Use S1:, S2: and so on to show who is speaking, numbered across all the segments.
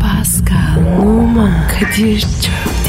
S1: Pascal, Oman, Kadir çok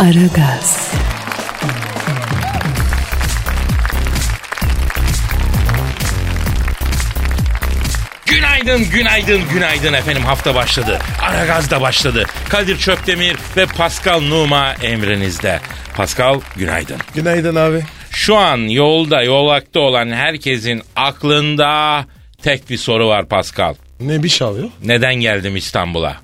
S1: Aragaz,
S2: Günaydın, günaydın, günaydın efendim. Hafta başladı. Aragaz da başladı. Kadir Çöptemir ve Pascal Numa emrinizde. Pascal günaydın.
S3: Günaydın abi.
S2: Şu an yolda, yolakta olan herkesin aklında tek bir soru var Pascal.
S3: Ne bir şey abi?
S2: Neden geldim İstanbul'a?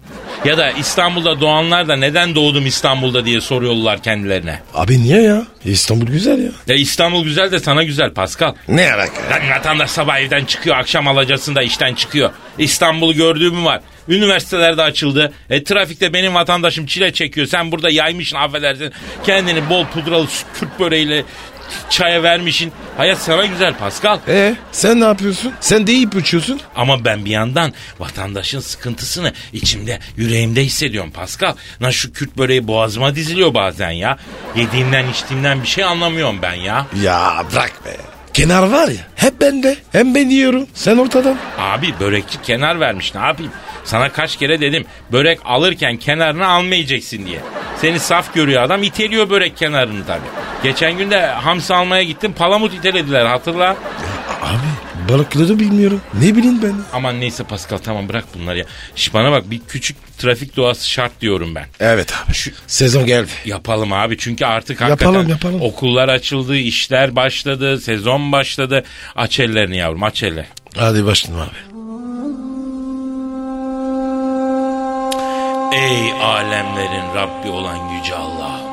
S2: Ya da İstanbul'da doğanlar da neden doğdum İstanbul'da diye soruyorlar kendilerine.
S3: Abi niye ya? İstanbul güzel ya.
S2: Ya İstanbul güzel de sana güzel Pascal.
S3: Ne alaka?
S2: Lan vatandaş sabah evden çıkıyor, akşam alacasında işten çıkıyor. İstanbul'u gördüğü mü var? Üniversitelerde açıldı. E, trafikte benim vatandaşım çile çekiyor. Sen burada yaymışsın affedersin. Kendini bol pudralı Kürt böreğiyle çaya vermişin. Hayat sana güzel Pascal.
S3: E sen ne yapıyorsun? Sen de ip uçuyorsun.
S2: Ama ben bir yandan vatandaşın sıkıntısını içimde, yüreğimde hissediyorum Pascal. Lan şu Kürt böreği boğazıma diziliyor bazen ya. Yediğimden içtiğimden bir şey anlamıyorum ben ya.
S3: Ya bırak be. Kenar var ya hep bende. Hem ben yiyorum. Sen ortadan.
S2: Abi börekçi kenar vermiş ne yapayım? Sana kaç kere dedim börek alırken kenarını almayacaksın diye. Seni saf görüyor adam iteliyor börek kenarını tabii. Geçen gün de hamsi almaya gittim palamut itelediler hatırla.
S3: Abi balıkları bilmiyorum. Ne bileyim ben.
S2: Aman neyse Pascal tamam bırak bunları ya. Şş, bana bak bir küçük trafik doğası şart diyorum ben.
S3: Evet abi şu sezon geldi.
S2: Yapalım abi çünkü artık hakikaten
S3: Yapalım, yapalım.
S2: okullar açıldı, işler başladı, sezon başladı. Aç ellerini yavrum aç ellerini.
S3: Hadi başlayalım abi.
S2: Ey alemlerin Rabbi olan Yüce Allah'ım.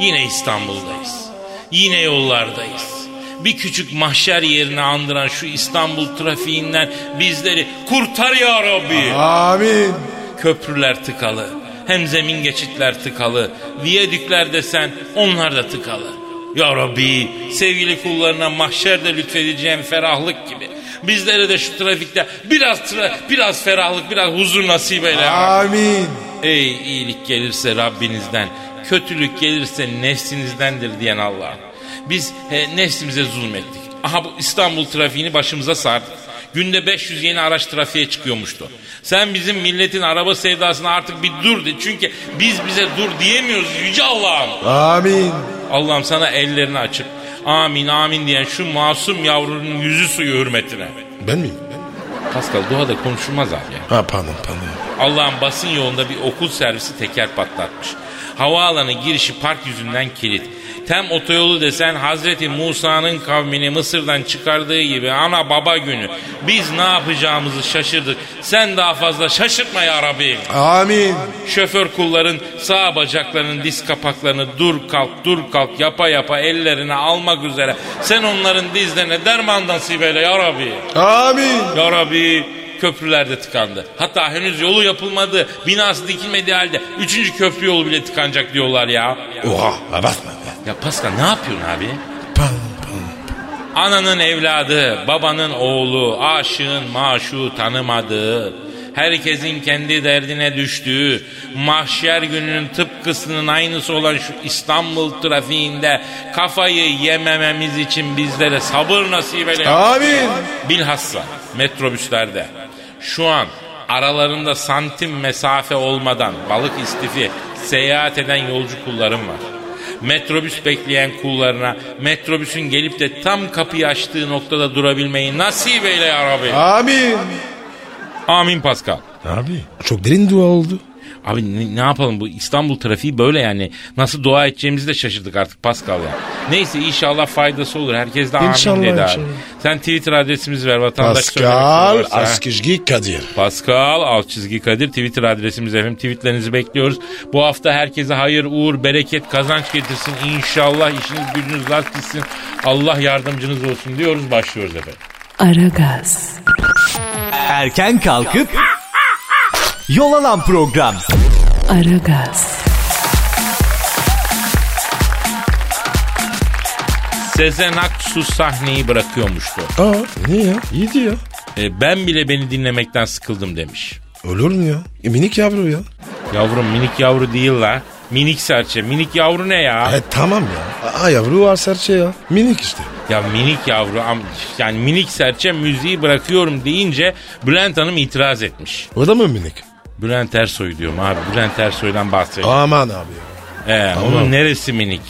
S2: Yine İstanbul'dayız. Yine yollardayız. Bir küçük mahşer yerine andıran şu İstanbul trafiğinden bizleri kurtar ya Rabbi.
S3: Amin.
S2: Köprüler tıkalı. Hem zemin geçitler tıkalı. Viyadükler desen onlar da tıkalı. Ya Rabbi sevgili kullarına mahşerde lütfedeceğim ferahlık gibi. Bizlere de şu trafikte biraz tra- biraz ferahlık, biraz huzur nasip eyle. ya Rabbi.
S3: Amin.
S2: Ey iyilik gelirse Rabbinizden, kötülük gelirse nefsinizdendir diyen Allah. Biz e, nefsimize zulmettik. Aha bu İstanbul trafiğini başımıza sardık. Günde 500 yeni araç trafiğe çıkıyormuştu. Sen bizim milletin araba sevdasına artık bir dur de. Çünkü biz bize dur diyemiyoruz yüce Allah'ım.
S3: Amin.
S2: Allah'ım sana ellerini açıp amin amin diyen şu masum yavrunun yüzü suyu hürmetine.
S3: Ben miyim?
S2: Pascal doğada konuşulmaz abi ya.
S3: Ha pardon pardon.
S2: Allah'ın basın yolunda bir okul servisi teker patlatmış. Havaalanı girişi park yüzünden kilit. Tem otoyolu desen Hazreti Musa'nın kavmini Mısır'dan çıkardığı gibi ana baba günü. Biz ne yapacağımızı şaşırdık. Sen daha fazla şaşırtma ya Rabbi.
S3: Amin.
S2: Şoför kulların sağ bacaklarının diz kapaklarını dur kalk dur kalk yapa yapa ellerine almak üzere. Sen onların dizlerine derman nasip eyle ya Rabbi.
S3: Amin.
S2: Ya Rabbi köprülerde tıkandı. Hatta henüz yolu yapılmadı. Binası dikilmediği halde 3. köprü yolu bile tıkanacak diyorlar ya.
S3: Oha abartma be.
S2: Ya Pascal ne yapıyorsun abi?
S3: Pardon pardon.
S2: Ananın evladı, babanın oğlu, aşığın maşu tanımadığı, herkesin kendi derdine düştüğü, mahşer gününün tıpkısının aynısı olan şu İstanbul trafiğinde kafayı yemememiz için bizlere sabır nasip eyle.
S3: Amin.
S2: Bilhassa metrobüslerde şu an aralarında santim mesafe olmadan balık istifi seyahat eden yolcu kullarım var. Metrobüs bekleyen kullarına metrobüsün gelip de tam kapıyı açtığı noktada durabilmeyi nasip eyle ya Rabbi.
S3: Amin.
S2: Amin Pascal.
S3: Abi çok derin dua oldu.
S2: Abi ne, ne yapalım bu İstanbul trafiği böyle yani. Nasıl dua edeceğimizi de şaşırdık artık Pascal ya. Neyse inşallah faydası olur. Herkes de amin
S3: İnşallah,
S2: dedi abi.
S3: inşallah.
S2: Sen Twitter adresimizi ver vatandaş söylemek
S3: Pascal
S2: istiyorsa.
S3: Askizgi Kadir.
S2: Pascal alt çizgi Kadir Twitter adresimiz efendim tweetlerinizi bekliyoruz. Bu hafta herkese hayır, uğur, bereket, kazanç getirsin. İnşallah işiniz gücünüz rast gitsin. Allah yardımcınız olsun diyoruz başlıyoruz efendim.
S1: Aragaz,
S4: Erken kalkıp yol alan program.
S1: Aragaz,
S2: Sezen Aksu sahneyi bırakıyormuştu.
S3: Aa niye ya? İyiydi ya.
S2: E, ben bile beni dinlemekten sıkıldım demiş.
S3: Olur mu ya? E, minik yavru ya.
S2: Yavrum minik yavru değil la. Minik serçe. Minik yavru ne ya?
S3: E tamam ya. Aa yavru var serçe ya. Minik işte.
S2: Ya minik yavru am- yani minik serçe müziği bırakıyorum deyince Bülent Hanım itiraz etmiş.
S3: O da mı minik?
S2: Bülent Ersoy diyorum abi. Bülent Ersoy'dan bahsediyorum.
S3: Aman abi ya.
S2: Ee, Onun neresi minik?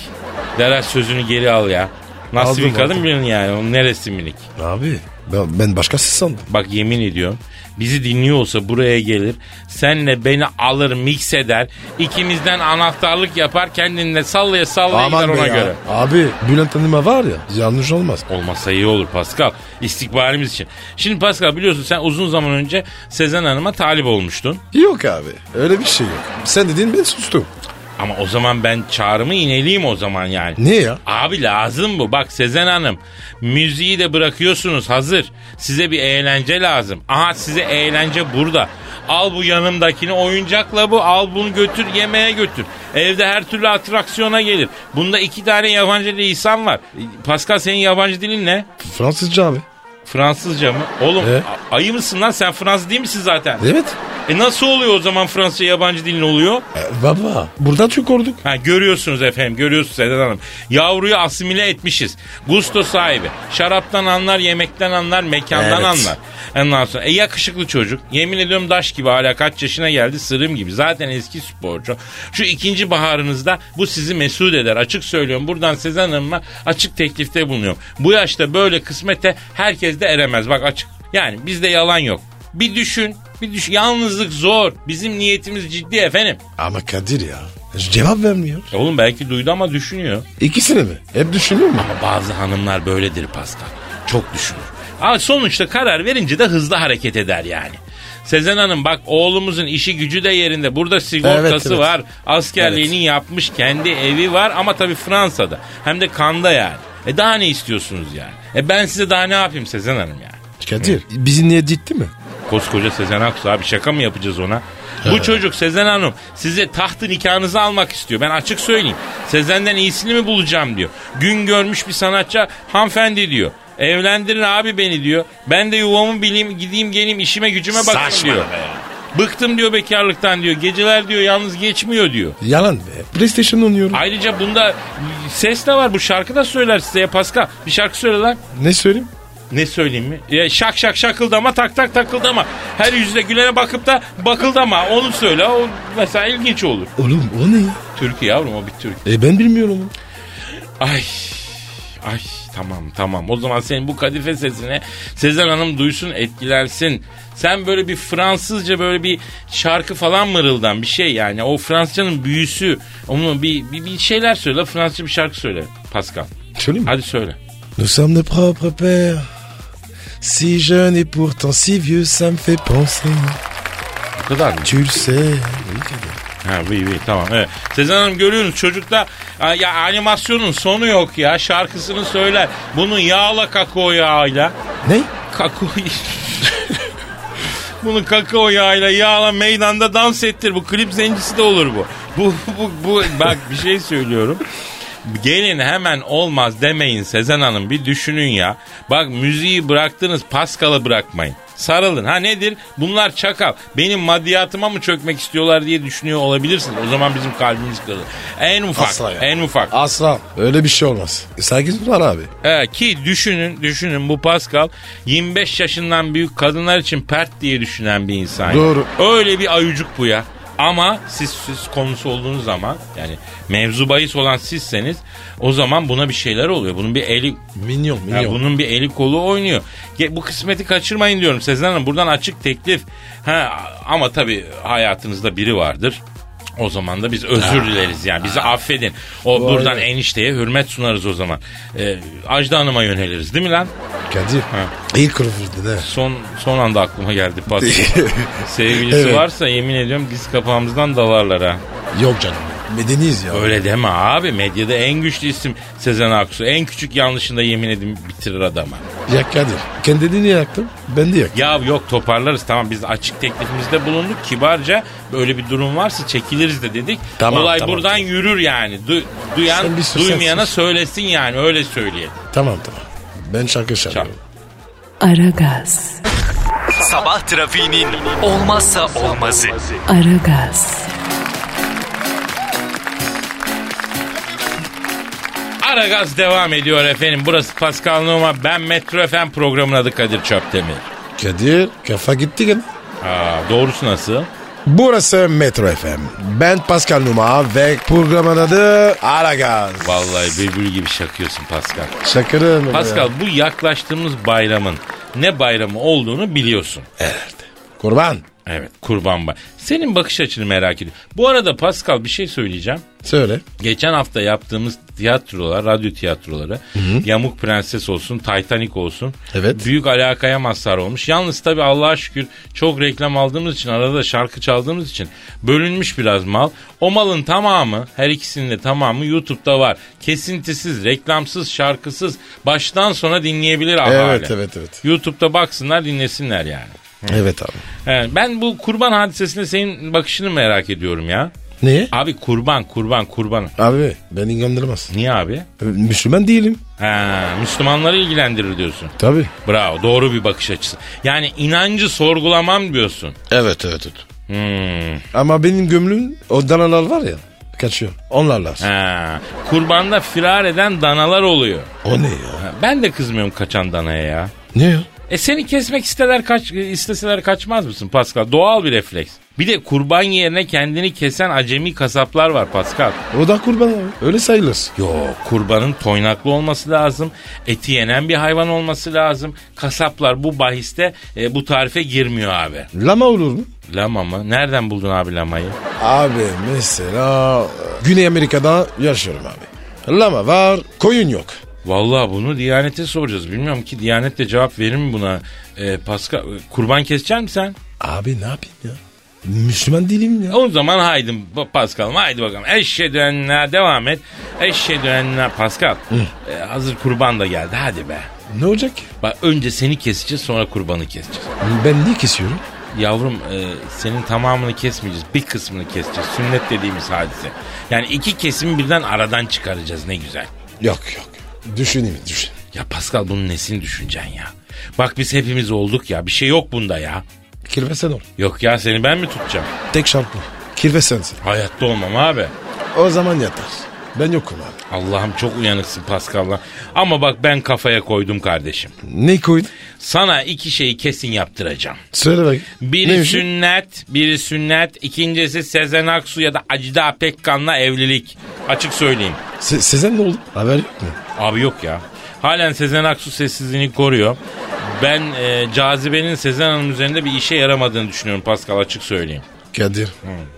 S2: Deraş sözünü geri al ya. Nasıl
S3: Aldım,
S2: bir kadın
S3: aldım.
S2: bilin yani onun neresi minik?
S3: Abi ben, ben başkası sandım.
S2: Bak yemin ediyorum bizi dinliyor olsa buraya gelir senle beni alır mix eder ikimizden anahtarlık yapar kendinle sallaya sallaya gider ona
S3: be ya.
S2: göre.
S3: Abi Bülent Hanım'a var ya yanlış olmaz.
S2: Olmasa iyi olur Pascal. İstikbalimiz için. Şimdi Pascal biliyorsun sen uzun zaman önce Sezen Hanım'a talip olmuştun.
S3: Yok abi öyle bir şey yok. Sen dedin ben sustum.
S2: Ama o zaman ben çağrımı ineleyeyim o zaman yani.
S3: Niye ya?
S2: Abi lazım bu. Bak Sezen Hanım müziği de bırakıyorsunuz hazır. Size bir eğlence lazım. Aha size eğlence burada. Al bu yanımdakini oyuncakla bu. Al bunu götür yemeğe götür. Evde her türlü atraksiyona gelir. Bunda iki tane yabancı dil insan var. Pascal senin yabancı dilin ne?
S3: Fransızca abi.
S2: Fransızca mı? Oğlum
S3: E?
S2: a- ayı mısın lan sen Fransız değil misin zaten?
S3: Evet.
S2: E nasıl oluyor o zaman Fransızca yabancı dilin oluyor?
S3: E, baba burada çok olduk.
S2: Ha, görüyorsunuz efendim görüyorsunuz Sedat Hanım. Yavruyu asimile etmişiz. Gusto sahibi. Şaraptan anlar, yemekten anlar, mekandan
S3: Evet.
S2: anlar. Ondan sonra e yakışıklı çocuk. Yemin ediyorum daş gibi hala kaç yaşına geldi sırım gibi. Zaten eski sporcu. Şu ikinci baharınızda bu sizi mesut eder. Açık söylüyorum. Buradan Sezen Hanım'a açık teklifte bulunuyorum. Bu yaşta böyle kısmete herkes de eremez. Bak açık. Yani bizde yalan yok. Bir düşün. Bir düşün. Yalnızlık zor. Bizim niyetimiz ciddi efendim.
S3: Ama Kadir ya cevap vermiyor.
S2: E Oğlum belki duydu ama düşünüyor.
S3: İkisini mi? Hep düşünüyor mu?
S2: Bazı hanımlar böyledir Pascal. Çok düşünür. Ama sonuçta karar verince de hızlı hareket eder yani. Sezen Hanım bak oğlumuzun işi gücü de yerinde. Burada
S3: Evet,
S2: sigortası
S3: evet.
S2: var. Askerliğini yapmış. Kendi evi var ama tabii Fransa'da. Hem de Kanda yani. E daha ne istiyorsunuz yani? E ben size daha ne yapayım Sezen Hanım yani?
S3: Kadir bizi niye ciddi mi?
S2: Koskoca Sezen Aksu abi şaka mı yapacağız ona? Bu çocuk Sezen Hanım size tahtı nikahınızı almak istiyor. Ben açık söyleyeyim. Sezen'den iyisini mi bulacağım diyor. Gün görmüş bir sanatçı hanımefendi diyor. Evlendirin abi beni diyor. Ben de yuvamı bileyim gideyim geleyim işime gücüme bakayım
S3: Saçma
S2: diyor.
S3: be
S2: Bıktım diyor bekarlıktan diyor. Geceler diyor yalnız geçmiyor diyor.
S3: Yalan be. PlayStation oynuyorum.
S2: Ayrıca bunda ses de var. Bu şarkı da söyler size ya Pascal. Bir şarkı söyle lan.
S3: Ne söyleyeyim?
S2: Ne söyleyeyim mi? Ya şak şak şakıldama tak tak takıldama. Her yüzüne gülene bakıp da bakıldama. Onu söyle. O mesela ilginç olur.
S3: Oğlum o ne ya?
S2: Türkü yavrum o bir türkü.
S3: E ben bilmiyorum. onu.
S2: Ay Ay tamam tamam o zaman senin bu kadife sesine Sezen Hanım duysun etkilensin. Sen böyle bir Fransızca böyle bir şarkı falan mırıldan bir şey yani. O Fransızcanın büyüsü onun bir, bir, bir şeyler söyle Fransızca bir şarkı söyle Pascal.
S3: Söyleyeyim mi?
S2: Hadi söyle.
S3: Nous sommes de propres pères. Si jeune et pourtant si vieux, ça me fait penser.
S2: Bu kadar mı?
S3: Tu le sais.
S2: Ha iyi iyi tamam evet. Sezen Hanım görüyorsunuz çocukta a- ya animasyonun sonu yok ya şarkısını söyler. Bunu yağla kakao yağıyla.
S3: Ne?
S2: Kakao Bunu kakao yağıyla yağla meydanda dans ettir. Bu klip zencisi de olur bu. Bu, bu, bu bak bir şey söylüyorum. Gelin hemen olmaz demeyin Sezen Hanım bir düşünün ya. Bak müziği bıraktınız Paskal'ı bırakmayın. Sarılın. Ha nedir? Bunlar çakal. Benim maddiyatıma mı çökmek istiyorlar diye düşünüyor olabilirsiniz. O zaman bizim kalbimiz kırılır. En ufak.
S3: Asla ya.
S2: En ufak.
S3: Asla. Öyle bir şey olmaz. Sakin var abi.
S2: Ee, ki düşünün düşünün bu Pascal 25 yaşından büyük kadınlar için pert diye düşünen bir insan.
S3: Doğru.
S2: Öyle bir ayucuk bu ya. Ama siz siz konusu olduğunuz zaman yani mevzu bahis olan sizseniz o zaman buna bir şeyler oluyor. Bunun bir eli
S3: Minyon,
S2: ya bunun bir eli kolu oynuyor. Ge- Bu kısmeti kaçırmayın diyorum Sezen Hanım. Buradan açık teklif. Ha, ama tabii hayatınızda biri vardır. O zaman da biz özür dileriz yani bizi affedin. O buradan
S3: arada-
S2: enişteye hürmet sunarız o zaman. Ee, Ajda Hanım'a yöneliriz değil mi lan?
S3: Kadir. İyi kırıldın ha.
S2: Son son anda aklıma geldi pas. Sevgilisi
S3: Evet.
S2: varsa yemin ediyorum diz kapağımızdan dalarlar ha.
S3: Yok canım. Medeniyiz ya.
S2: Öyle deme abi medyada en güçlü isim Sezen Aksu. En küçük yanlışında yemin edin bitirir adamı.
S3: Ya Kadir kendini yaktın ben de yaktım.
S2: Ya yok toparlarız tamam biz açık teklifimizde bulunduk kibarca böyle bir durum varsa çekiliriz de dedik.
S3: Tamam,
S2: Olay
S3: tamam.
S2: buradan yürür yani. Du-
S3: Sen
S2: duyan
S3: bir sus, sen
S2: duymayana
S3: sus.
S2: söylesin yani öyle söyleyelim.
S3: Tamam tamam. Ben şarkı çalıyorum.
S1: Aragaz,
S4: Sabah trafiğinin olmazsa olmazı.
S1: Aragaz,
S2: Ara gaz devam ediyor efendim. Burası Pascal Numa. Ben Metro FM programın adı Kadir Çöptemir.
S3: Kadir kafa gitti gene.
S2: Aa, doğrusu nasıl?
S3: Burası Metro FM. Ben Pascal Numa ve programın adı Aragaz.
S2: Vallahi bülbül gibi şakıyorsun Pascal.
S3: Şakırın.
S2: Pascal bu yaklaştığımız bayramın ne bayramı olduğunu biliyorsun.
S3: Evet. Kurban.
S2: Evet kurban bayramı. Senin bakış açını merak ediyorum. Bu arada Pascal bir şey söyleyeceğim.
S3: Söyle.
S2: Geçen hafta yaptığımız tiyatrolar, radyo tiyatroları, Yamuk Prenses olsun, Titanic olsun.
S3: Evet.
S2: Büyük alakaya mazhar olmuş. Yalnız tabii Allah'a şükür çok reklam aldığımız için, arada da şarkı çaldığımız için bölünmüş biraz mal. O malın tamamı, her ikisinin de tamamı YouTube'da var. Kesintisiz, reklamsız, şarkısız, baştan sona dinleyebilir ahali.
S3: Evet, evet, evet.
S2: YouTube'da baksınlar, dinlesinler yani.
S3: Evet abi.
S2: Evet, ben bu kurban hadisesine senin bakışını merak ediyorum ya.
S3: Niye?
S2: Abi kurban, kurban, kurban.
S3: Abi beni inandırmaz.
S2: Niye abi?
S3: Müslüman değilim.
S2: Ha, Müslümanları ilgilendirir diyorsun.
S3: Tabii.
S2: Bravo doğru bir bakış açısı. Yani inancı sorgulamam diyorsun.
S3: Evet evet evet.
S2: Hmm.
S3: Ama benim gömlüm o danalar var ya kaçıyor. Onlarlar.
S2: Ha. Kurbanda firar eden danalar oluyor.
S3: O ne ya?
S2: Ha, Ben de kızmıyorum kaçan danaya ya.
S3: Ne ya?
S2: E seni kesmek isteler kaç, isteseler kaçmaz mısın Pascal? Doğal bir refleks. Bir de kurban yerine kendini kesen acemi kasaplar var Pascal.
S3: O da kurban abi. Öyle sayılır.
S2: Yok kurbanın toynaklı olması lazım. Eti yenen bir hayvan olması lazım. Kasaplar bu bahiste e, bu tarife girmiyor abi.
S3: Lama olur mu?
S2: Lama mı? Nereden buldun abi lamayı?
S3: Abi mesela Güney Amerika'da yaşıyorum abi. Lama var, koyun yok.
S2: Vallahi bunu Diyanet'e soracağız. Bilmiyorum ki Diyanet de cevap verir mi buna? E, Pascal, kurban kesecek misin sen?
S3: Abi ne yapayım ya? Müslüman değilim ya.
S2: O zaman haydi Pa- Pascal'ım haydi bakalım. Eşhedü enna devam et. Eşhedü enna Pascal. E, hazır kurban da geldi hadi be.
S3: Ne olacak ki?
S2: Bak önce seni keseceğiz sonra kurbanı keseceğiz.
S3: Ben niye kesiyorum?
S2: Yavrum e, senin tamamını kesmeyeceğiz. Bir kısmını keseceğiz. Sünnet dediğimiz hadise. Yani iki kesimi birden aradan çıkaracağız ne güzel.
S3: Yok yok. Düşüneyim düşün.
S2: Ya Pascal bunun nesini düşüneceksin ya? Bak biz hepimiz olduk ya. Bir şey yok bunda ya.
S3: Kirve sen ol.
S2: Yok ya seni ben mi tutacağım?
S3: Tek şart bu. Kirve sensin.
S2: Hayatta olmam abi.
S3: O zaman yatar. Ben yokum abi.
S2: Allah'ım çok uyanıksın Pascal'la. Ama bak ben kafaya koydum kardeşim.
S3: Ne koydun?
S2: Sana iki şeyi kesin yaptıracağım.
S3: Söyle bakayım.
S2: Biri
S3: Neymiş?
S2: sünnet, biri sünnet. İkincisi Sezen Aksu ya da Acida Pekkan'la evlilik. Açık söyleyeyim.
S3: Se- Sezen ne oldu? Haber yok mu?
S2: Abi yok ya. Halen Sezen Aksu sessizliğini koruyor. Ben e, cazibenin Sezen Hanım üzerinde bir işe yaramadığını düşünüyorum Pascal açık söyleyeyim.
S3: Kadir.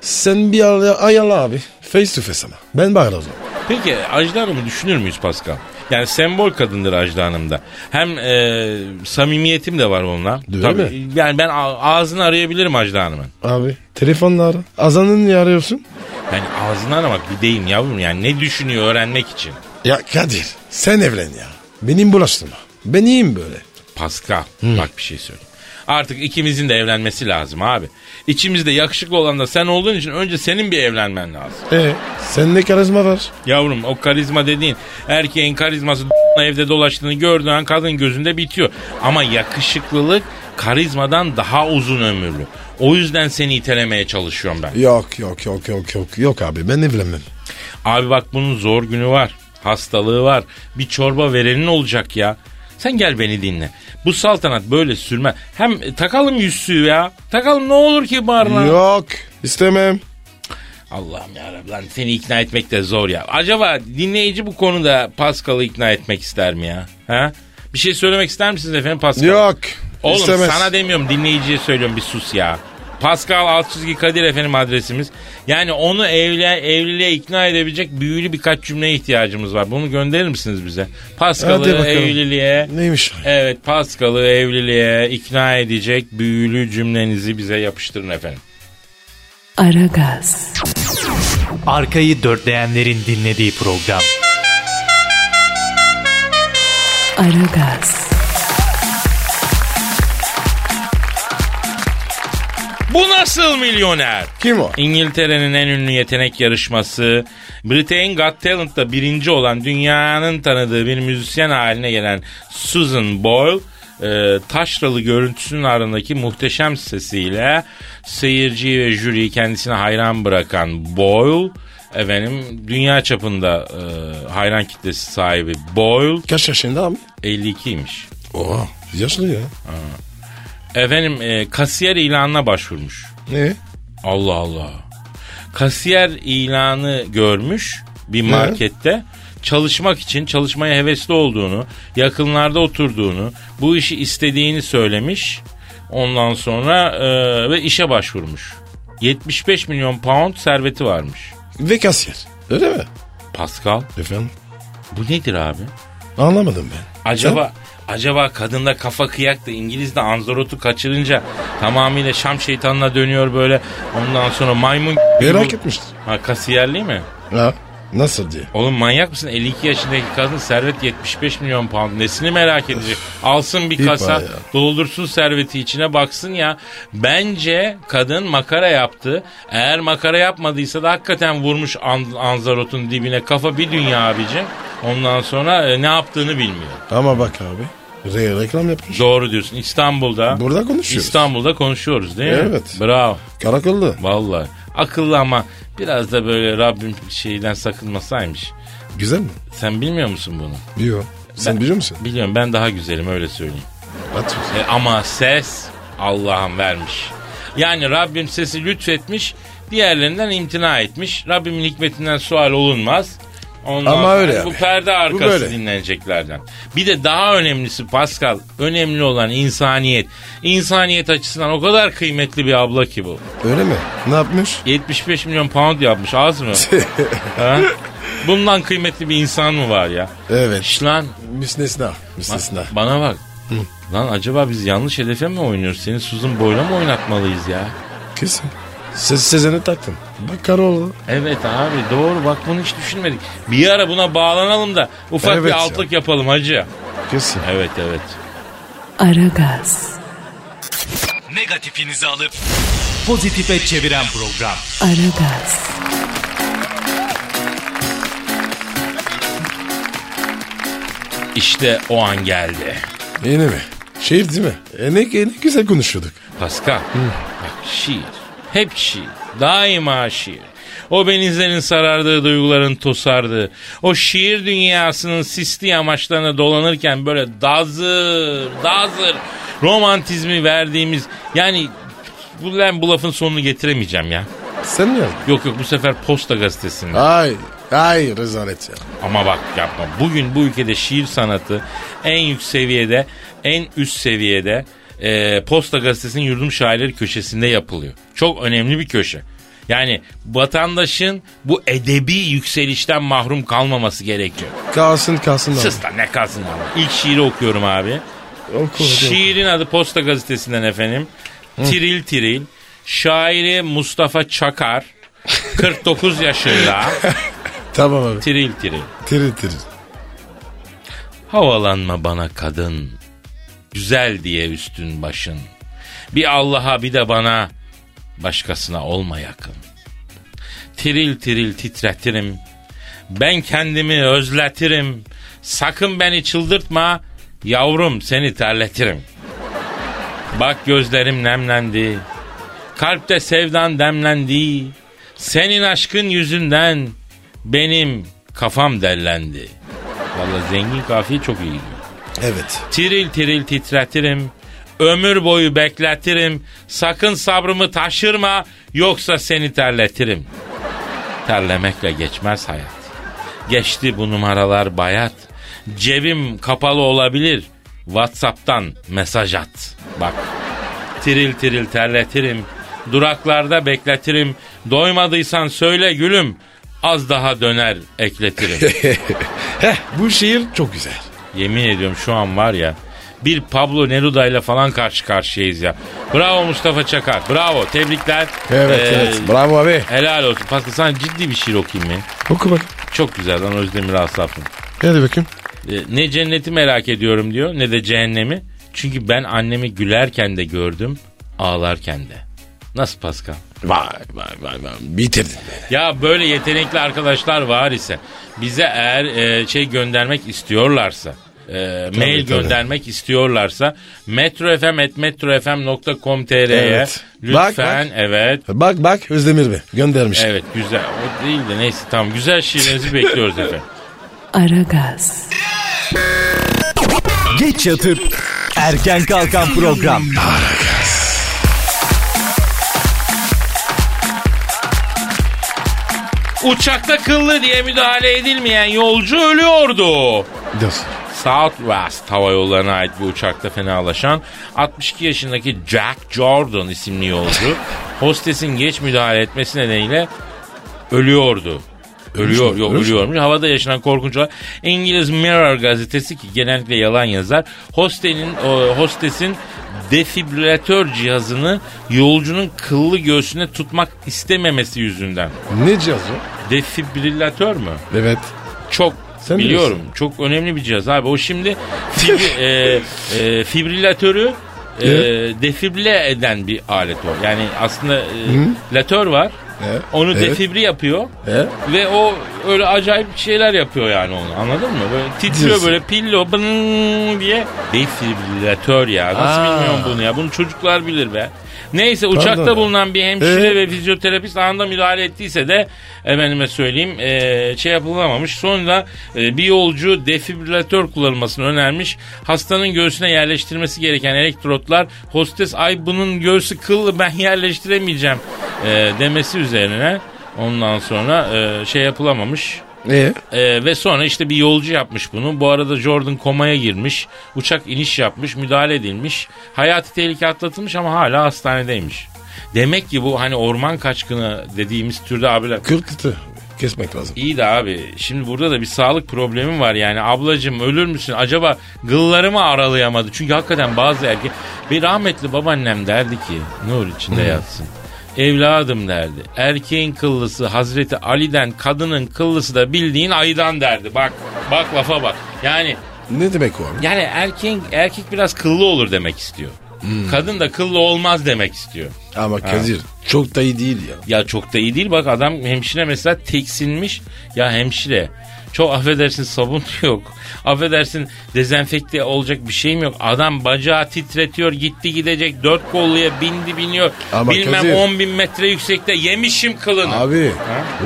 S3: Sen bir ayala, ayala abi. Face to face ama. Ben bağırırım.
S2: Peki Ajda Hanım'ı düşünür müyüz Pascal? Yani sembol kadındır Ajda Hanım da. Hem e, samimiyetim de var onunla.
S3: Değil mi?
S2: Yani ben a- ağzını arayabilirim Ajda Hanım'ın.
S3: Abi telefonla ara. Azan'ı niye arıyorsun?
S2: Yani ağzını aramak bir deyim yavrum yani ne düşünüyor öğrenmek için.
S3: Ya Kadir sen evlen ya. Benim bulaştırma. Ben iyiyim böyle.
S2: Pascal bak bir şey söyleyeyim. Artık ikimizin de evlenmesi lazım abi. İçimizde yakışıklı olan da sen olduğun için önce senin bir evlenmen lazım.
S3: E sen ne karizma var?
S2: Yavrum o karizma dediğin erkeğin karizması evde dolaştığını gördüğün an kadın gözünde bitiyor. Ama yakışıklılık karizmadan daha uzun ömürlü. O yüzden seni itelemeye çalışıyorum ben.
S3: Yok yok yok yok yok yok abi ben evlenmem.
S2: Abi bak bunun zor günü var. Hastalığı var. Bir çorba verenin olacak ya. Sen gel beni dinle. Bu saltanat böyle sürme. Hem e, takalım yüzsüğü ya. Takalım ne olur ki barına.
S3: Yok istemem.
S2: Allah'ım yarabbim lan seni ikna etmek de zor ya. Acaba dinleyici bu konuda Pascal'ı ikna etmek ister mi ya? Ha? Bir şey söylemek ister misiniz efendim Pascal?
S3: Yok.
S2: Oğlum
S3: istemez.
S2: sana demiyorum dinleyiciye söylüyorum bir sus ya. Pascal alt çizgi Kadir efendim adresimiz. Yani onu evli, evliliğe ikna edebilecek büyülü birkaç cümleye ihtiyacımız var. Bunu gönderir misiniz bize?
S3: Hadi
S2: Pascal'ı
S3: bakalım.
S2: evliliğe.
S3: Neymiş?
S2: Evet Pascal'ı evliliğe ikna edecek büyülü cümlenizi bize yapıştırın efendim.
S1: Aragaz,
S4: Arkayı dörtleyenlerin dinlediği program.
S1: Aragaz,
S2: Bu nasıl milyoner?
S3: Kim o?
S2: İngiltere'nin en ünlü yetenek yarışması Britain Got Talent'ta birinci olan dünyanın tanıdığı bir müzisyen haline gelen Susan Boyle e, taşralı görüntüsünün ardındaki muhteşem sesiyle seyirciyi ve jüriyi kendisine hayran bırakan Boyle efendim dünya çapında e, hayran kitlesi sahibi Boyle
S3: Kaç yaşında abi?
S2: 52'ymiş.
S3: Oha yaşlı ya.
S2: Efendim e, kasiyer ilanına başvurmuş.
S3: Ne?
S2: Allah Allah. Kasiyer ilanı görmüş bir markette. Çalışmak için çalışmaya hevesli olduğunu, yakınlarda oturduğunu, bu işi istediğini söylemiş. Ondan sonra e, ve işe başvurmuş. 75 milyon pound serveti varmış.
S3: Ve kasiyer. Öyle mi?
S2: Pascal,
S3: Efendim?
S2: bu nedir abi?
S3: Anlamadım ben.
S2: Acaba acaba kadında kafa kıyak da İngiliz de Anzorot'u kaçırınca tamamıyla Şam şeytanına dönüyor böyle. Ondan sonra maymun
S3: Merak etmiştim.
S2: Ha kasiyerli mi?
S3: Ha? Nasıl diye?
S2: Oğlum manyak mısın? 52 yaşındaki kadın servet 75 milyon pound. Nesini merak edecek? Alsın bir
S3: İpa
S2: kasa
S3: ya.
S2: doldursun serveti içine baksın ya. Bence kadın makara yaptı. Eğer makara yapmadıysa da hakikaten vurmuş An- Anzarot'un dibine kafa bir dünya abicim. Ondan sonra e, ne yaptığını bilmiyor.
S3: Ama bak abi. Re reklam yapmış.
S2: Doğru diyorsun. İstanbul'da.
S3: Burada konuşuyoruz.
S2: İstanbul'da konuşuyoruz değil mi?
S3: Evet.
S2: Bravo.
S3: Karakolda.
S2: Vallahi. Akıllı ama biraz da böyle Rabbim şeyden sakınmasaymış.
S3: Güzel mi?
S2: Sen bilmiyor musun bunu?
S3: Yok. Sen biliyor musun?
S2: Biliyorum ben daha güzelim öyle söyleyeyim.
S3: Atıyorsun.
S2: E, ama ses Allah'ım vermiş. Yani Rabbim sesi lütfetmiş, diğerlerinden imtina etmiş. Rabbimin hikmetinden sual olunmaz. Ondan
S3: Ama
S2: sonra
S3: öyle
S2: Bu
S3: abi.
S2: perde arkası
S3: böyle.
S2: dinleneceklerden. Bir de daha önemlisi Pascal, önemli olan insaniyet. İnsaniyet açısından o kadar kıymetli bir abla ki bu.
S3: Öyle mi? Ne yapmış?
S2: 75 milyon pound yapmış az mı? Ha? Bundan kıymetli bir insan mı var ya?
S3: Evet.
S2: Şş lan
S3: Müsnesna. Müsnesna.
S2: Bana bak. Lan acaba biz yanlış hedefe mi oynuyoruz? Seni Suzun boyla mı oynatmalıyız ya?
S3: Kesin. Siz Sezen'i taktın. Bak Karol.
S2: Evet abi doğru bak bunu hiç düşünmedik. Bir ara buna bağlanalım da ufak
S3: Evet
S2: bir
S3: ya.
S2: altlık yapalım hacı.
S3: Kesin.
S2: Evet evet.
S1: Aragaz,
S4: Negatifinizi alıp pozitife çeviren program.
S1: Aragaz,
S2: İşte o an geldi.
S3: Yine mi? Şehir değil mi? E ne, ne güzel konuşuyorduk.
S2: Pascal. Bak şiir. Hep şiir. Daima şiir. O benizlerin sarardığı duyguların tosardığı, o şiir dünyasının sisli yamaçlarına dolanırken böyle dazır, dazır romantizmi verdiğimiz yani bu, lan bu lafın sonunu getiremeyeceğim ya.
S3: Sen mi yazdın?
S2: Yok yok bu sefer Posta Gazetesi'nde.
S3: Ay. Ay rezalet ya.
S2: Ama bak yapma. Bugün bu ülkede şiir sanatı en yüksek seviyede, en üst seviyede e, Posta Gazetesi'nin yurdum şairleri köşesinde yapılıyor. Çok önemli bir köşe. Yani vatandaşın bu edebi yükselişten mahrum kalmaması gerekiyor.
S3: Kalsın kalsın. abi.
S2: Sus lan ne kalsın lan. İlk şiiri okuyorum abi.
S3: Oku, oku.
S2: Şiirin adı Posta Gazetesi'nden efendim. Tiril Tiril. Şairi Mustafa Çakar. 49 yaşında.
S3: Tamam abi.
S2: Tiril Tiril.
S3: Tiri tiri.
S2: Havalanma bana kadın. Güzel diye üstün başın. Bir Allah'a bir de bana başkasına olma yakın. Tiril tiril titretirim. Ben kendimi özletirim. Sakın beni çıldırtma. Yavrum seni terletirim. Bak gözlerim nemlendi. Kalpte sevdan demlendi. Senin aşkın yüzünden benim kafam dellendi. Valla zengin kafiye çok iyi gidiyor.
S3: Evet.
S2: Tiril tiril titretirim. Ömür boyu bekletirim. Sakın sabrımı taşırma yoksa seni terletirim. Terlemekle geçmez hayat. Geçti bu numaralar bayat. Cebim kapalı olabilir. Whatsapp'tan mesaj at. Bak. Tiril tiril terletirim. Duraklarda bekletirim. Doymadıysan söyle gülüm. Az daha döner ekletirim.
S3: Heh bu şiir çok güzel.
S2: Yemin ediyorum şu an var ya bir Pablo Neruda ile falan karşı karşıyayız ya. Bravo Mustafa Çakar. Bravo. Tebrikler.
S3: Evet
S2: Ee,
S3: evet. Bravo abi.
S2: Helal olsun. Pascal sana ciddi bir şiir okuyayım mı?
S3: Oku bak.
S2: Çok güzel lan Özdemir Asaf'ın.
S3: Hadi bakayım.
S2: Ee, ne cenneti merak ediyorum diyor ne de cehennemi. Çünkü ben annemi gülerken de gördüm ağlarken de. Nasıl Pascal?
S3: Vay vay vay vay. Bitirdin beni.
S2: Ya böyle yetenekli arkadaşlar var ise bize eğer e, şey göndermek istiyorlarsa e,
S3: tabii.
S2: mail göndermek istiyorlarsa metrofm.metrofm.com.tr'ye
S3: Evet.
S2: lütfen
S3: Bak, bak.
S2: evet
S3: Bak bak Özdemir Bey göndermiş.
S2: evet güzel o değil de neyse tamam güzel şiirlerinizi bekliyoruz efendim.
S1: Aragaz,
S4: Geç yatıp erken kalkan program.
S2: Uçakta kıllı diye müdahale edilmeyen yolcu ölüyordu.
S3: Dur.
S2: Southwest Hava Yolları'na ait bir uçakta fenalaşan 62 yaşındaki Jack Jordan isimli yolcu hostesin geç müdahale etmesi nedeniyle ölüyordu. Ölüyor,
S3: mü?
S2: yok
S3: Ölmüş mü?
S2: ölüyormuş. Havada yaşanan korkunç olay. İngiliz Mirror gazetesi ki genellikle yalan yazar. Hostenin, o, hostesin defibrilatör cihazını yolcunun kıllı göğsüne tutmak istememesi yüzünden.
S3: Ne cihaz o?
S2: Defibrilatör mü?
S3: Evet.
S2: Çok
S3: Sen
S2: biliyorum.
S3: bilirsin.
S2: Çok önemli bir cihaz abi. O şimdi fibri- e, e, fibrilatörü e,
S3: Evet.
S2: defibrile eden bir alet o. Yani aslında e, latör var.
S3: Evet,
S2: Onu
S3: evet.
S2: defibri yapıyor.
S3: Evet.
S2: Ve o öyle acayip şeyler yapıyor yani onu. Anladın mı? Böyle titriyor
S3: Diyorsun.
S2: böyle pillo bın diye. Defibrilatör ya. Nasıl
S3: Aa.
S2: bilmiyorum bunu ya. Bunu çocuklar bilir be. Neyse uçakta
S3: ya.
S2: bulunan bir hemşire
S3: Ee?
S2: ve fizyoterapist anında müdahale ettiyse de efendime söyleyeyim e, şey yapılamamış. Sonra e, bir yolcu defibrilatör kullanılmasını önermiş. Hastanın göğsüne yerleştirmesi gereken elektrotlar hostes ay bunun göğsü kıllı ben yerleştiremeyeceğim e, demesi üzerine ondan sonra e, şey yapılamamış.
S3: Ee?
S2: Ee, ve sonra işte bir yolcu yapmış bunu. Bu arada Jordan komaya girmiş. Uçak iniş yapmış. Müdahale edilmiş. Hayati tehlike atlatılmış ama hala hastanedeymiş. Demek ki bu hani orman kaçkını dediğimiz türde abiler.
S3: Kürtütü. Kesmek lazım.
S2: İyi de abi şimdi burada da bir sağlık problemi var yani ablacım ölür müsün acaba gıllarımı aralayamadı çünkü hakikaten bazı erkek bir rahmetli babaannem derdi ki nur içinde yatsın evladım derdi erkeğin kıllısı Hazreti Ali'den kadının kıllısı da bildiğin ayıdan derdi bak bak lafa bak yani
S3: Ne demek o abi?
S2: yani erkeğin erkek biraz kıllı olur demek istiyor kadın da kıllı olmaz demek istiyor
S3: Ama Kadir çok da iyi değil ya.
S2: ya çok da iyi değil bak adam hemşire mesela teksinmiş. Ya hemşire çok affedersin sabun yok. Affedersin dezenfekte olacak bir şeyim yok. Adam bacağı titretiyor gitti gidecek dört kolluya bindi biniyor.
S3: Ama
S2: Bilmem
S3: Kadir-
S2: 10 bin metre yüksekte yemişim kılını.
S3: Abi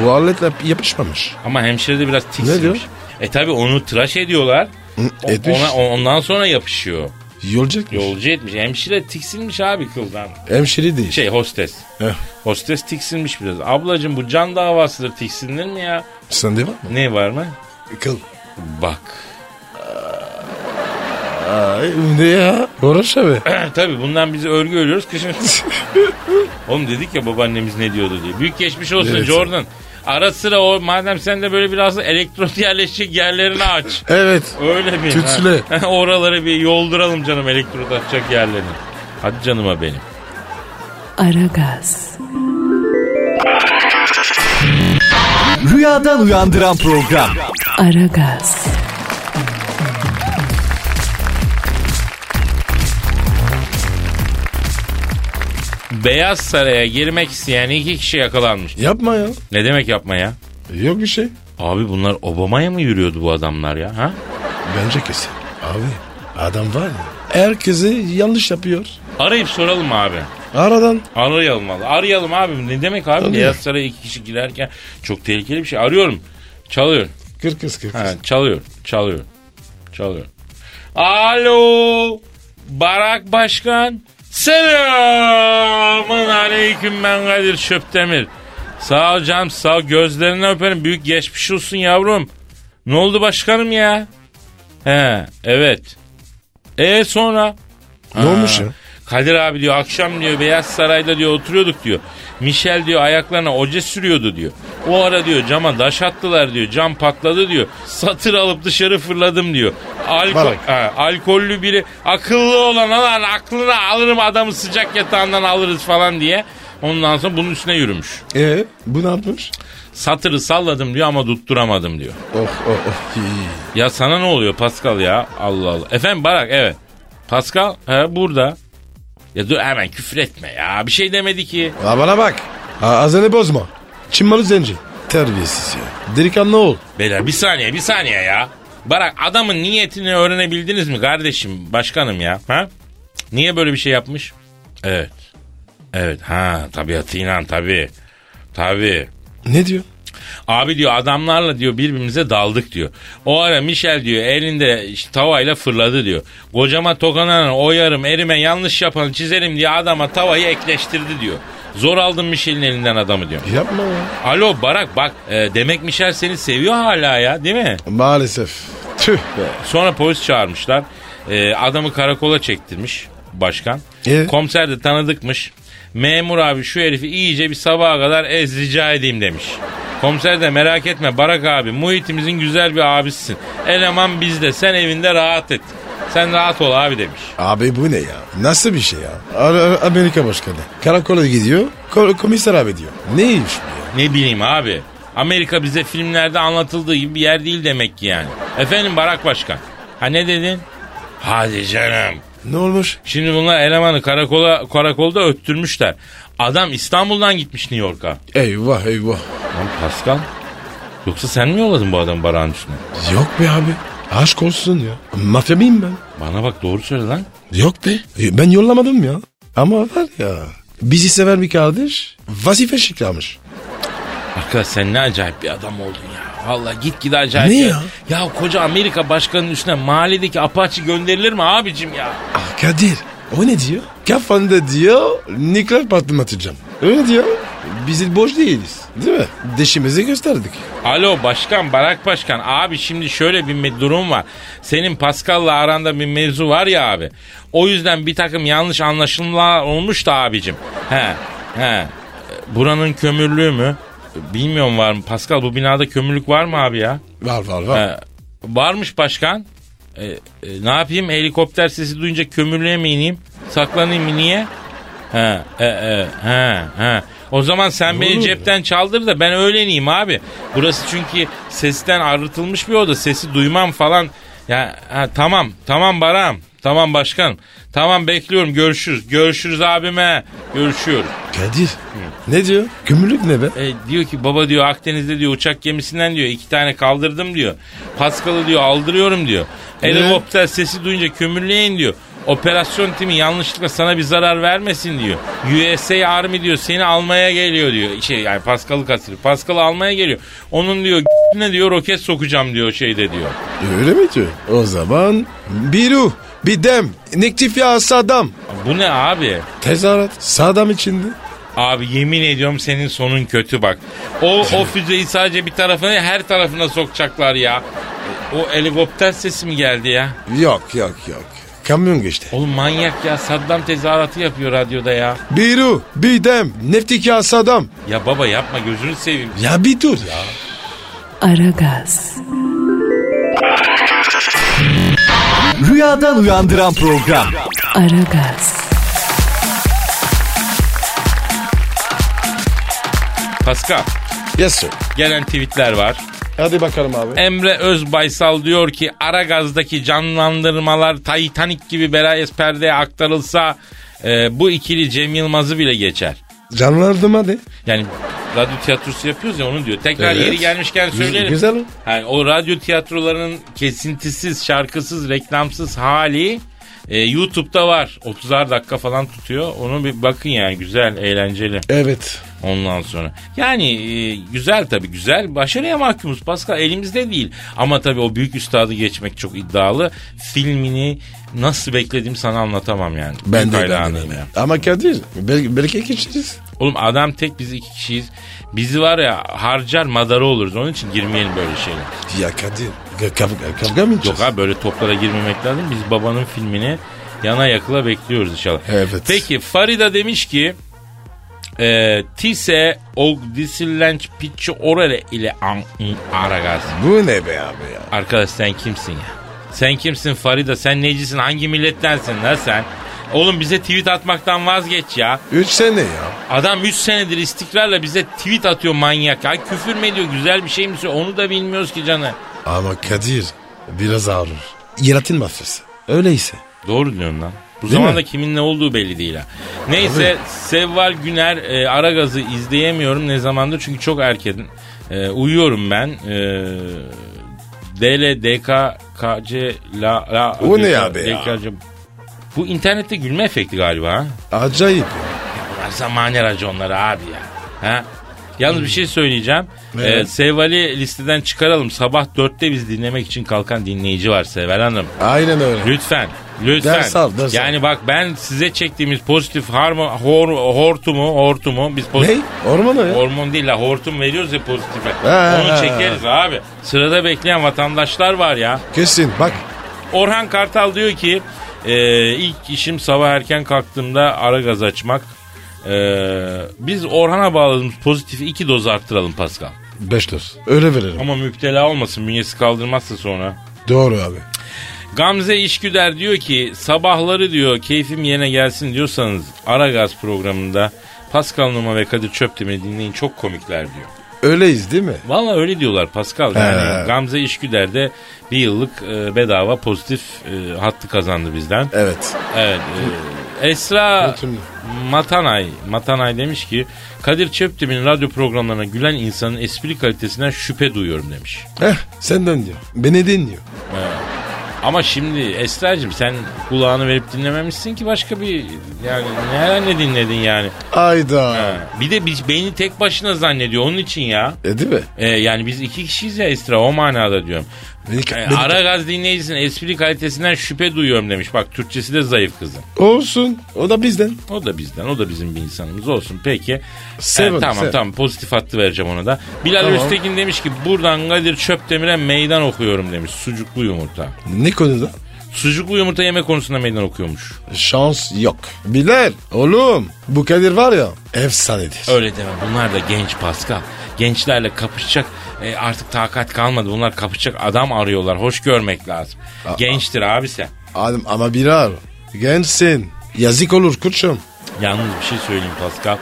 S3: bu aletle yapışmamış.
S2: Ama hemşire de biraz tiksinmiş.
S3: Ne diyor?
S2: E tabi onu tıraş ediyorlar. O-
S3: etmiş.
S2: ona- ondan sonra yapışıyor.
S3: Yolacak mı?
S2: Yolcu etmiş. Hemşire tiksinmiş abi kıldan.
S3: Hemşire değil.
S2: Şey hostes.
S3: Heh,
S2: Hostes tiksinmiş biraz. Ablacım bu can davasıdır tiksinir mi ya?
S3: sende var mı?
S2: Ne var mı?
S3: Kıl.
S2: Bak.
S3: Ay, ne ya? Uğraş abi.
S2: Tabii bundan bizi örgü örüyoruz. Kışın... Oğlum dedik ya babaannemiz ne diyordu diye. Büyük geçmiş olsun
S3: Evet.
S2: Jordan. Ara sıra o madem sen de böyle biraz da elektrot yerleşecek yerlerini aç.
S3: Evet.
S2: Öyle bir.
S3: Tütsüle.
S2: Ha. Oraları bir yolduralım canım elektrot atacak yerlerini. Hadi canıma benim.
S1: Aragaz,
S4: Rüyadan uyandıran program.
S1: Aragaz,
S2: Beyaz Saray'a girmek isteyen iki kişi yakalanmış.
S3: Yapma ya.
S2: Ne demek yapma ya?
S3: Yok bir şey.
S2: Abi bunlar Obama'ya mı yürüyordu bu adamlar ya? Ha?
S3: Bence kesin. Abi adam var ya. Herkese yanlış yapıyor.
S2: Arayıp soralım abi.
S3: Aradan.
S2: Arayalım valla. Arayalım abim. Ne demek abi?
S3: Tabii.
S2: Beyaz Saray'a iki kişi girerken çok tehlikeli bir şey. Arıyorum. Çalıyor.
S3: Kır kız kır kız.
S2: Ha, çalıyor. Çalıyor. Çalıyor. Alo. Barak Başkan. Selamın aleyküm ben Kadir Şöptemir. Sağ ol canım sağ ol. Gözlerinden öperim. Büyük geçmiş olsun yavrum. Ne oldu başkanım ya? He evet. E sonra?
S3: Ne olmuş ya?
S2: Kadir abi diyor akşam diyor Beyaz Saray'da diyor oturuyorduk diyor. Michel diyor ayaklarına oje sürüyordu diyor. O ara diyor cama daş attılar diyor. Cam patladı diyor. Satır alıp dışarı fırladım diyor. Alkol,
S3: Bak.
S2: ha, alkollü biri akıllı olan alan aklını alırım adamı sıcak yatağından alırız falan diye. Ondan sonra bunun üstüne yürümüş.
S3: Ee, bu ne yapmış?
S2: Satırı salladım diyor ama tutturamadım diyor.
S3: Oh oh oh. İyi.
S2: Ya sana ne oluyor Pascal ya? Allah Allah. Efendim Barak evet. Pascal he, burada. Ya dur hemen küfür etme ya. Bir şey demedi ki.
S3: Ha bana bak. Ha, azene bozma. Çin malı zenci. Terbiyesiz ya. Delikanlı ol.
S2: Beyler bir saniye bir saniye ya. Barak adamın niyetini öğrenebildiniz mi kardeşim başkanım ya? Ha? Niye böyle bir şey yapmış? Evet. Evet ha tabiatı inan tabi. Tabi.
S3: Ne diyor?
S2: Abi diyor adamlarla diyor birbirimize daldık diyor. O ara Michel diyor elinde işte tavayla fırladı diyor. Kocama tokanan oyarım erime yanlış yapanı çizerim diye adama tavayı ekleştirdi diyor. Zor aldım Michel'in elinden adamı diyor.
S3: Yapma ya.
S2: Alo Barak bak e, demek Michel seni seviyor hala ya değil mi?
S3: Maalesef. Tüh be.
S2: Sonra polis çağırmışlar. E, adamı karakola çektirmiş başkan.
S3: Ee?
S2: Komiser de tanıdıkmış. Memur abi şu herifi iyice bir sabaha kadar ez rica edeyim demiş. Komiser de merak etme Barak abi muhitimizin güzel bir abisisin. Eleman bizde sen evinde rahat et. Sen rahat ol abi demiş.
S3: Abi bu ne ya? Nasıl bir şey ya? A- A- Amerika başkanı. Karakola gidiyor. ko- komiser abi diyor. Neymiş bu ya?
S2: Ne bileyim abi. Amerika bize filmlerde anlatıldığı gibi bir yer değil demek ki yani. Efendim Barak Başkan. Ha ne dedin? Hadi canım.
S3: Ne olmuş?
S2: Şimdi bunlar elemanı karakola karakolda öttürmüşler. Adam İstanbul'dan gitmiş New York'a.
S3: Eyvah eyvah.
S2: Lan Pascal. Yoksa sen mi yolladın bu adamı barağın üstüne?
S3: Yok be abi. Aşk olsun ya. Mafya mıyım ben?
S2: Bana bak doğru söyle lan.
S3: Yok be. E, Ben yollamadım ya. Ama var ya. Bizi seven bir kardeş vazife şıklamış.
S2: Arkadaş sen ne acayip bir adam oldun ya. Vallahi git gide acayip.
S3: Ne
S2: bir-
S3: ya?
S2: Ya koca Amerika başkanının üstüne mahalledeki apaçı gönderilir mi abicim ya?
S3: Ah Kadir. O ne diyor? Kafanda diyor nükleer patlama atacağım. Öyle diyor. Biz boş değiliz. Değil mi? Deşimizi gösterdik.
S2: Alo başkan Barak Başkan abi şimdi şöyle bir me- durum var. Senin Pascal'la aranda bir mevzu var ya abi. O yüzden bir takım yanlış anlaşılmalar olmuş da abicim. He he E, buranın kömürlüğü mü? E, Bilmiyorum var mı? Pascal bu binada kömürlük var mı abi ya?
S3: Var var var.
S2: E, varmış başkan. E, e, ne yapayım helikopter sesi duyunca kömürlüğe mi ineyim? Saklanayım mı niye? He, e, e, he, he. O zaman sen beni cepten çaldır da ben öğleneyim abi. Burası çünkü sesten arıtılmış bir oda. Sesi duymam falan. Ya ha, tamam, tamam Baram. Tamam başkanım. Tamam bekliyorum. Görüşürüz. Görüşürüz abime. Görüşüyoruz.
S3: Kadir. Ne diyor? Gümrük ne be?
S2: E, diyor ki baba diyor Akdeniz'de diyor uçak gemisinden diyor iki tane kaldırdım diyor. Paskal'ı diyor aldırıyorum diyor. Helikopter sesi duyunca kömürlüğe in diyor. Operasyon timi yanlışlıkla sana bir zarar vermesin diyor. USA Army diyor seni almaya geliyor diyor. Şey yani Paskal'ı kaçırıyor. Paskal'ı almaya geliyor. Onun diyor ne diyor roket sokacağım diyor şeyde diyor.
S3: E, Öyle mi diyor? O zaman bir ruh, bir dem, nektif ya sadam.
S2: Bu ne abi?
S3: Tezahürat sadam içinde.
S2: Abi yemin ediyorum senin sonun kötü bak. O o füzeyi sadece bir tarafına her tarafına sokacaklar ya. O helikopter sesi mi geldi ya?
S3: Yok yok yok. Kamyon geçti.
S2: Oğlum manyak ya Saddam tezahüratı yapıyor radyoda ya.
S3: Bir ruh, bir dem, neftik ya sadam.
S2: Ya baba yapma gözünü seveyim.
S3: Ya bir dur ya.
S1: Aragaz.
S4: Rüyadan uyandıran program.
S1: Aragaz.
S2: Pascal
S3: Yes sir.
S2: gelen tweetler var.
S3: Hadi bakalım abi.
S2: Emre Özbaysal diyor ki Aragaz'daki canlandırmalar Titanic gibi Berayes perdeye aktarılsa e, bu ikili Cem Yılmaz'ı bile geçer.
S3: Canlardım hadi.
S2: Yani radyo tiyatrosu yapıyoruz ya onu diyor. Tekrar
S3: Evet.
S2: yeri gelmişken
S3: Güzel-
S2: söylerim.
S3: güzel.
S2: Yani o radyo tiyatrolarının kesintisiz, şarkısız, reklamsız hali e, YouTube'da var. 30'ar dakika falan tutuyor. Onu bir bakın yani güzel, eğlenceli
S3: Evet.
S2: ondan sonra. Yani e, güzel tabii güzel. Başarıya mahkumuz Pascal elimizde değil. Ama tabii o büyük üstadı geçmek çok iddialı. Filmini nasıl beklediğimi sana anlatamam yani.
S3: Ben
S2: Büyük
S3: de
S2: hayranıyım
S3: ben
S2: yani.
S3: Ama Kadir belki, belki geçeceğiz.
S2: Oğlum adam tek biz iki kişiyiz. Bizi var ya harcar madarı oluruz. Onun için girmeyelim böyle şeylere.
S3: Ya Kadir ka- kavga, kavga mı edeceğiz?
S2: Yok abi böyle toplara girmemek lazım. Biz babanın filmini yana yakıla bekliyoruz inşallah.
S3: Evet.
S2: Peki Farida demiş ki e, Tise Ogdisillenç Piçi Orale ile an, Aragaz.
S3: Bu ne be abi ya?
S2: Arkadaş sen kimsin ya? Sen kimsin Farida? Sen necisin? Hangi millettensin lan sen? Oğlum bize tweet atmaktan vazgeç ya.
S3: Üç sene ya.
S2: Adam 3 senedir istikrarla bize tweet atıyor manyak. Ya küfür mü ediyor? Güzel bir şey mi söylüyor? Onu da bilmiyoruz ki canı.
S3: Ama Kadir biraz ağır. Yelatin mafyası. Öyleyse.
S2: Doğru diyorsun lan. Bu zamanda
S3: mi?
S2: kimin ne olduğu belli değil ha. Neyse Sevval Güner e, Aragaz'ı izleyemiyorum ne zamandır çünkü çok erken e, uyuyorum ben. E, DL, DK, KC, La, La.
S3: O ne abi ya?
S2: DKC. Bu internette gülme efekti galiba ha.
S3: Acayip.
S2: Bunlar zamane raconları abi ya. Ha? Yalnız bir şey söyleyeceğim.
S3: Evet.
S2: Ee, Sevval'i listeden çıkaralım. Sabah dörtte biz dinlemek için kalkan dinleyici var Sevval Hanım.
S3: Aynen öyle.
S2: Lütfen. Lütfen.
S3: Ders al, ders al.
S2: yani bak ben size çektiğimiz pozitif harmo, hor, hortumu, hortumu biz pozitif...
S3: Ne? Orman o ya.
S2: Hormon değil la hortum veriyoruz ya pozitife.
S3: Ha,
S2: Onu
S3: ha,
S2: çekeriz abi. Sırada bekleyen vatandaşlar var ya.
S3: Kesin bak.
S2: Orhan Kartal diyor ki e, ilk işim sabah erken kalktığımda ara gaz açmak. E, biz Orhan'a bağladığımız pozitif iki doz arttıralım Pascal.
S3: Beş doz. Öyle verelim.
S2: Ama müptela olmasın bünyesi kaldırmazsa sonra.
S3: Doğru abi.
S2: Gamze İşgüder diyor ki sabahları diyor keyfim yerine gelsin diyorsanız ara gaz programında Pascal Numa ve Kadir Çöptemir'i dinleyin çok komikler diyor.
S3: Öyleyiz değil mi?
S2: Valla öyle diyorlar Pascal. Yani
S3: He.
S2: Gamze İşgüder de bir yıllık e, bedava pozitif e, hattı kazandı bizden.
S3: Evet.
S2: Evet. e, Esra
S3: Oturun.
S2: Matanay, Matanay demiş ki Kadir Çöptemir'in radyo programlarına gülen insanın espri kalitesinden şüphe duyuyorum demiş.
S3: Heh senden diyor. Beni dinliyor.
S2: Ama şimdi Esra'cığım sen kulağını verip dinlememişsin ki başka bir yani neler ne dinledin yani.
S3: Ayda.
S2: Bir de biz beyni tek başına zannediyor onun için ya.
S3: E değil mi?
S2: E, yani biz iki kişiyiz ya Esra o manada diyorum.
S3: Beni,
S2: E,
S3: beni-
S2: ara gaz dinleyicisinin espri kalitesinden şüphe duyuyorum demiş. Bak Türkçesi de zayıf kızım.
S3: Olsun. O da bizden.
S2: O da bizden, o da bizim bir insanımız olsun. Peki.
S3: Seven,
S2: Ee, tamam
S3: seven.
S2: tamam pozitif hattı vereceğim ona da. Bilal
S3: Tamam.
S2: Öztekin demiş ki buradan Kadir Çöpdemir'e meydan okuyorum demiş. Sucuklu yumurta.
S3: Ne konuda?
S2: Sucuklu yumurta yeme konusunda meydan okuyormuş.
S3: Şans yok. Bilal oğlum bu Kadir var ya efsanedir.
S2: Öyle deme bunlar da genç Pascal. Gençlerle kapışacak e, artık takat kalmadı. Bunlar kapışacak adam arıyorlar. Hoş görmek lazım. Gençtir abi sen.
S3: Adam, ama Bilal gençsin. Yazık olur kurşun.
S2: Yalnız bir şey söyleyeyim Pascal.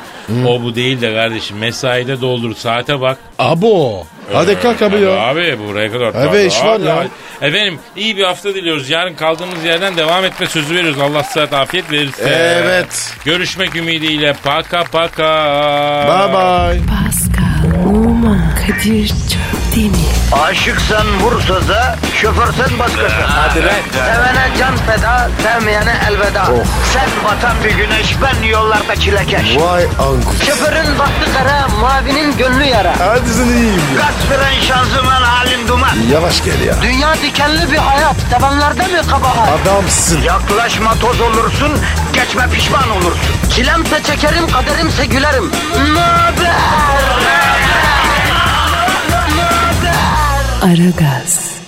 S2: O bu değil de kardeşim mesaide doldur saate bak.
S3: Abo. Hadi kalk abi ya.
S2: Abi buraya kadar.
S3: Abi
S2: Tabii,
S3: iş var
S2: abi,
S3: ya.
S2: abi. Efendim iyi bir hafta diliyoruz. Yarın kaldığımız yerden devam etme sözü veriyoruz. Allah sıhhat afiyet verirse.
S3: Evet.
S2: Görüşmek ümidiyle. Paka paka.
S3: Bye bye.
S1: Pascal, Oman, Kadir çok değil mi?
S5: Aşıksan vursa da, şoförsen başkasın. Hadi Sevene can feda, sevmeyene elveda. Sen batan bir güneş, ben yollarda çilekeş.
S3: Vay anku.
S5: Şoförün baktı kara, mavinin gönlü yara.
S3: Hadi sen iyiyim ya.
S5: Kasperen şanzıman halin duman.
S3: Yavaş gel ya.
S5: Dünya dikenli bir hayat, sevenlerde mi kabahar?
S3: Adamsın.
S5: Yaklaşma toz olursun, geçme pişman olursun. Çilemse çekerim, kaderimse gülerim. Möber!
S1: Aragaz.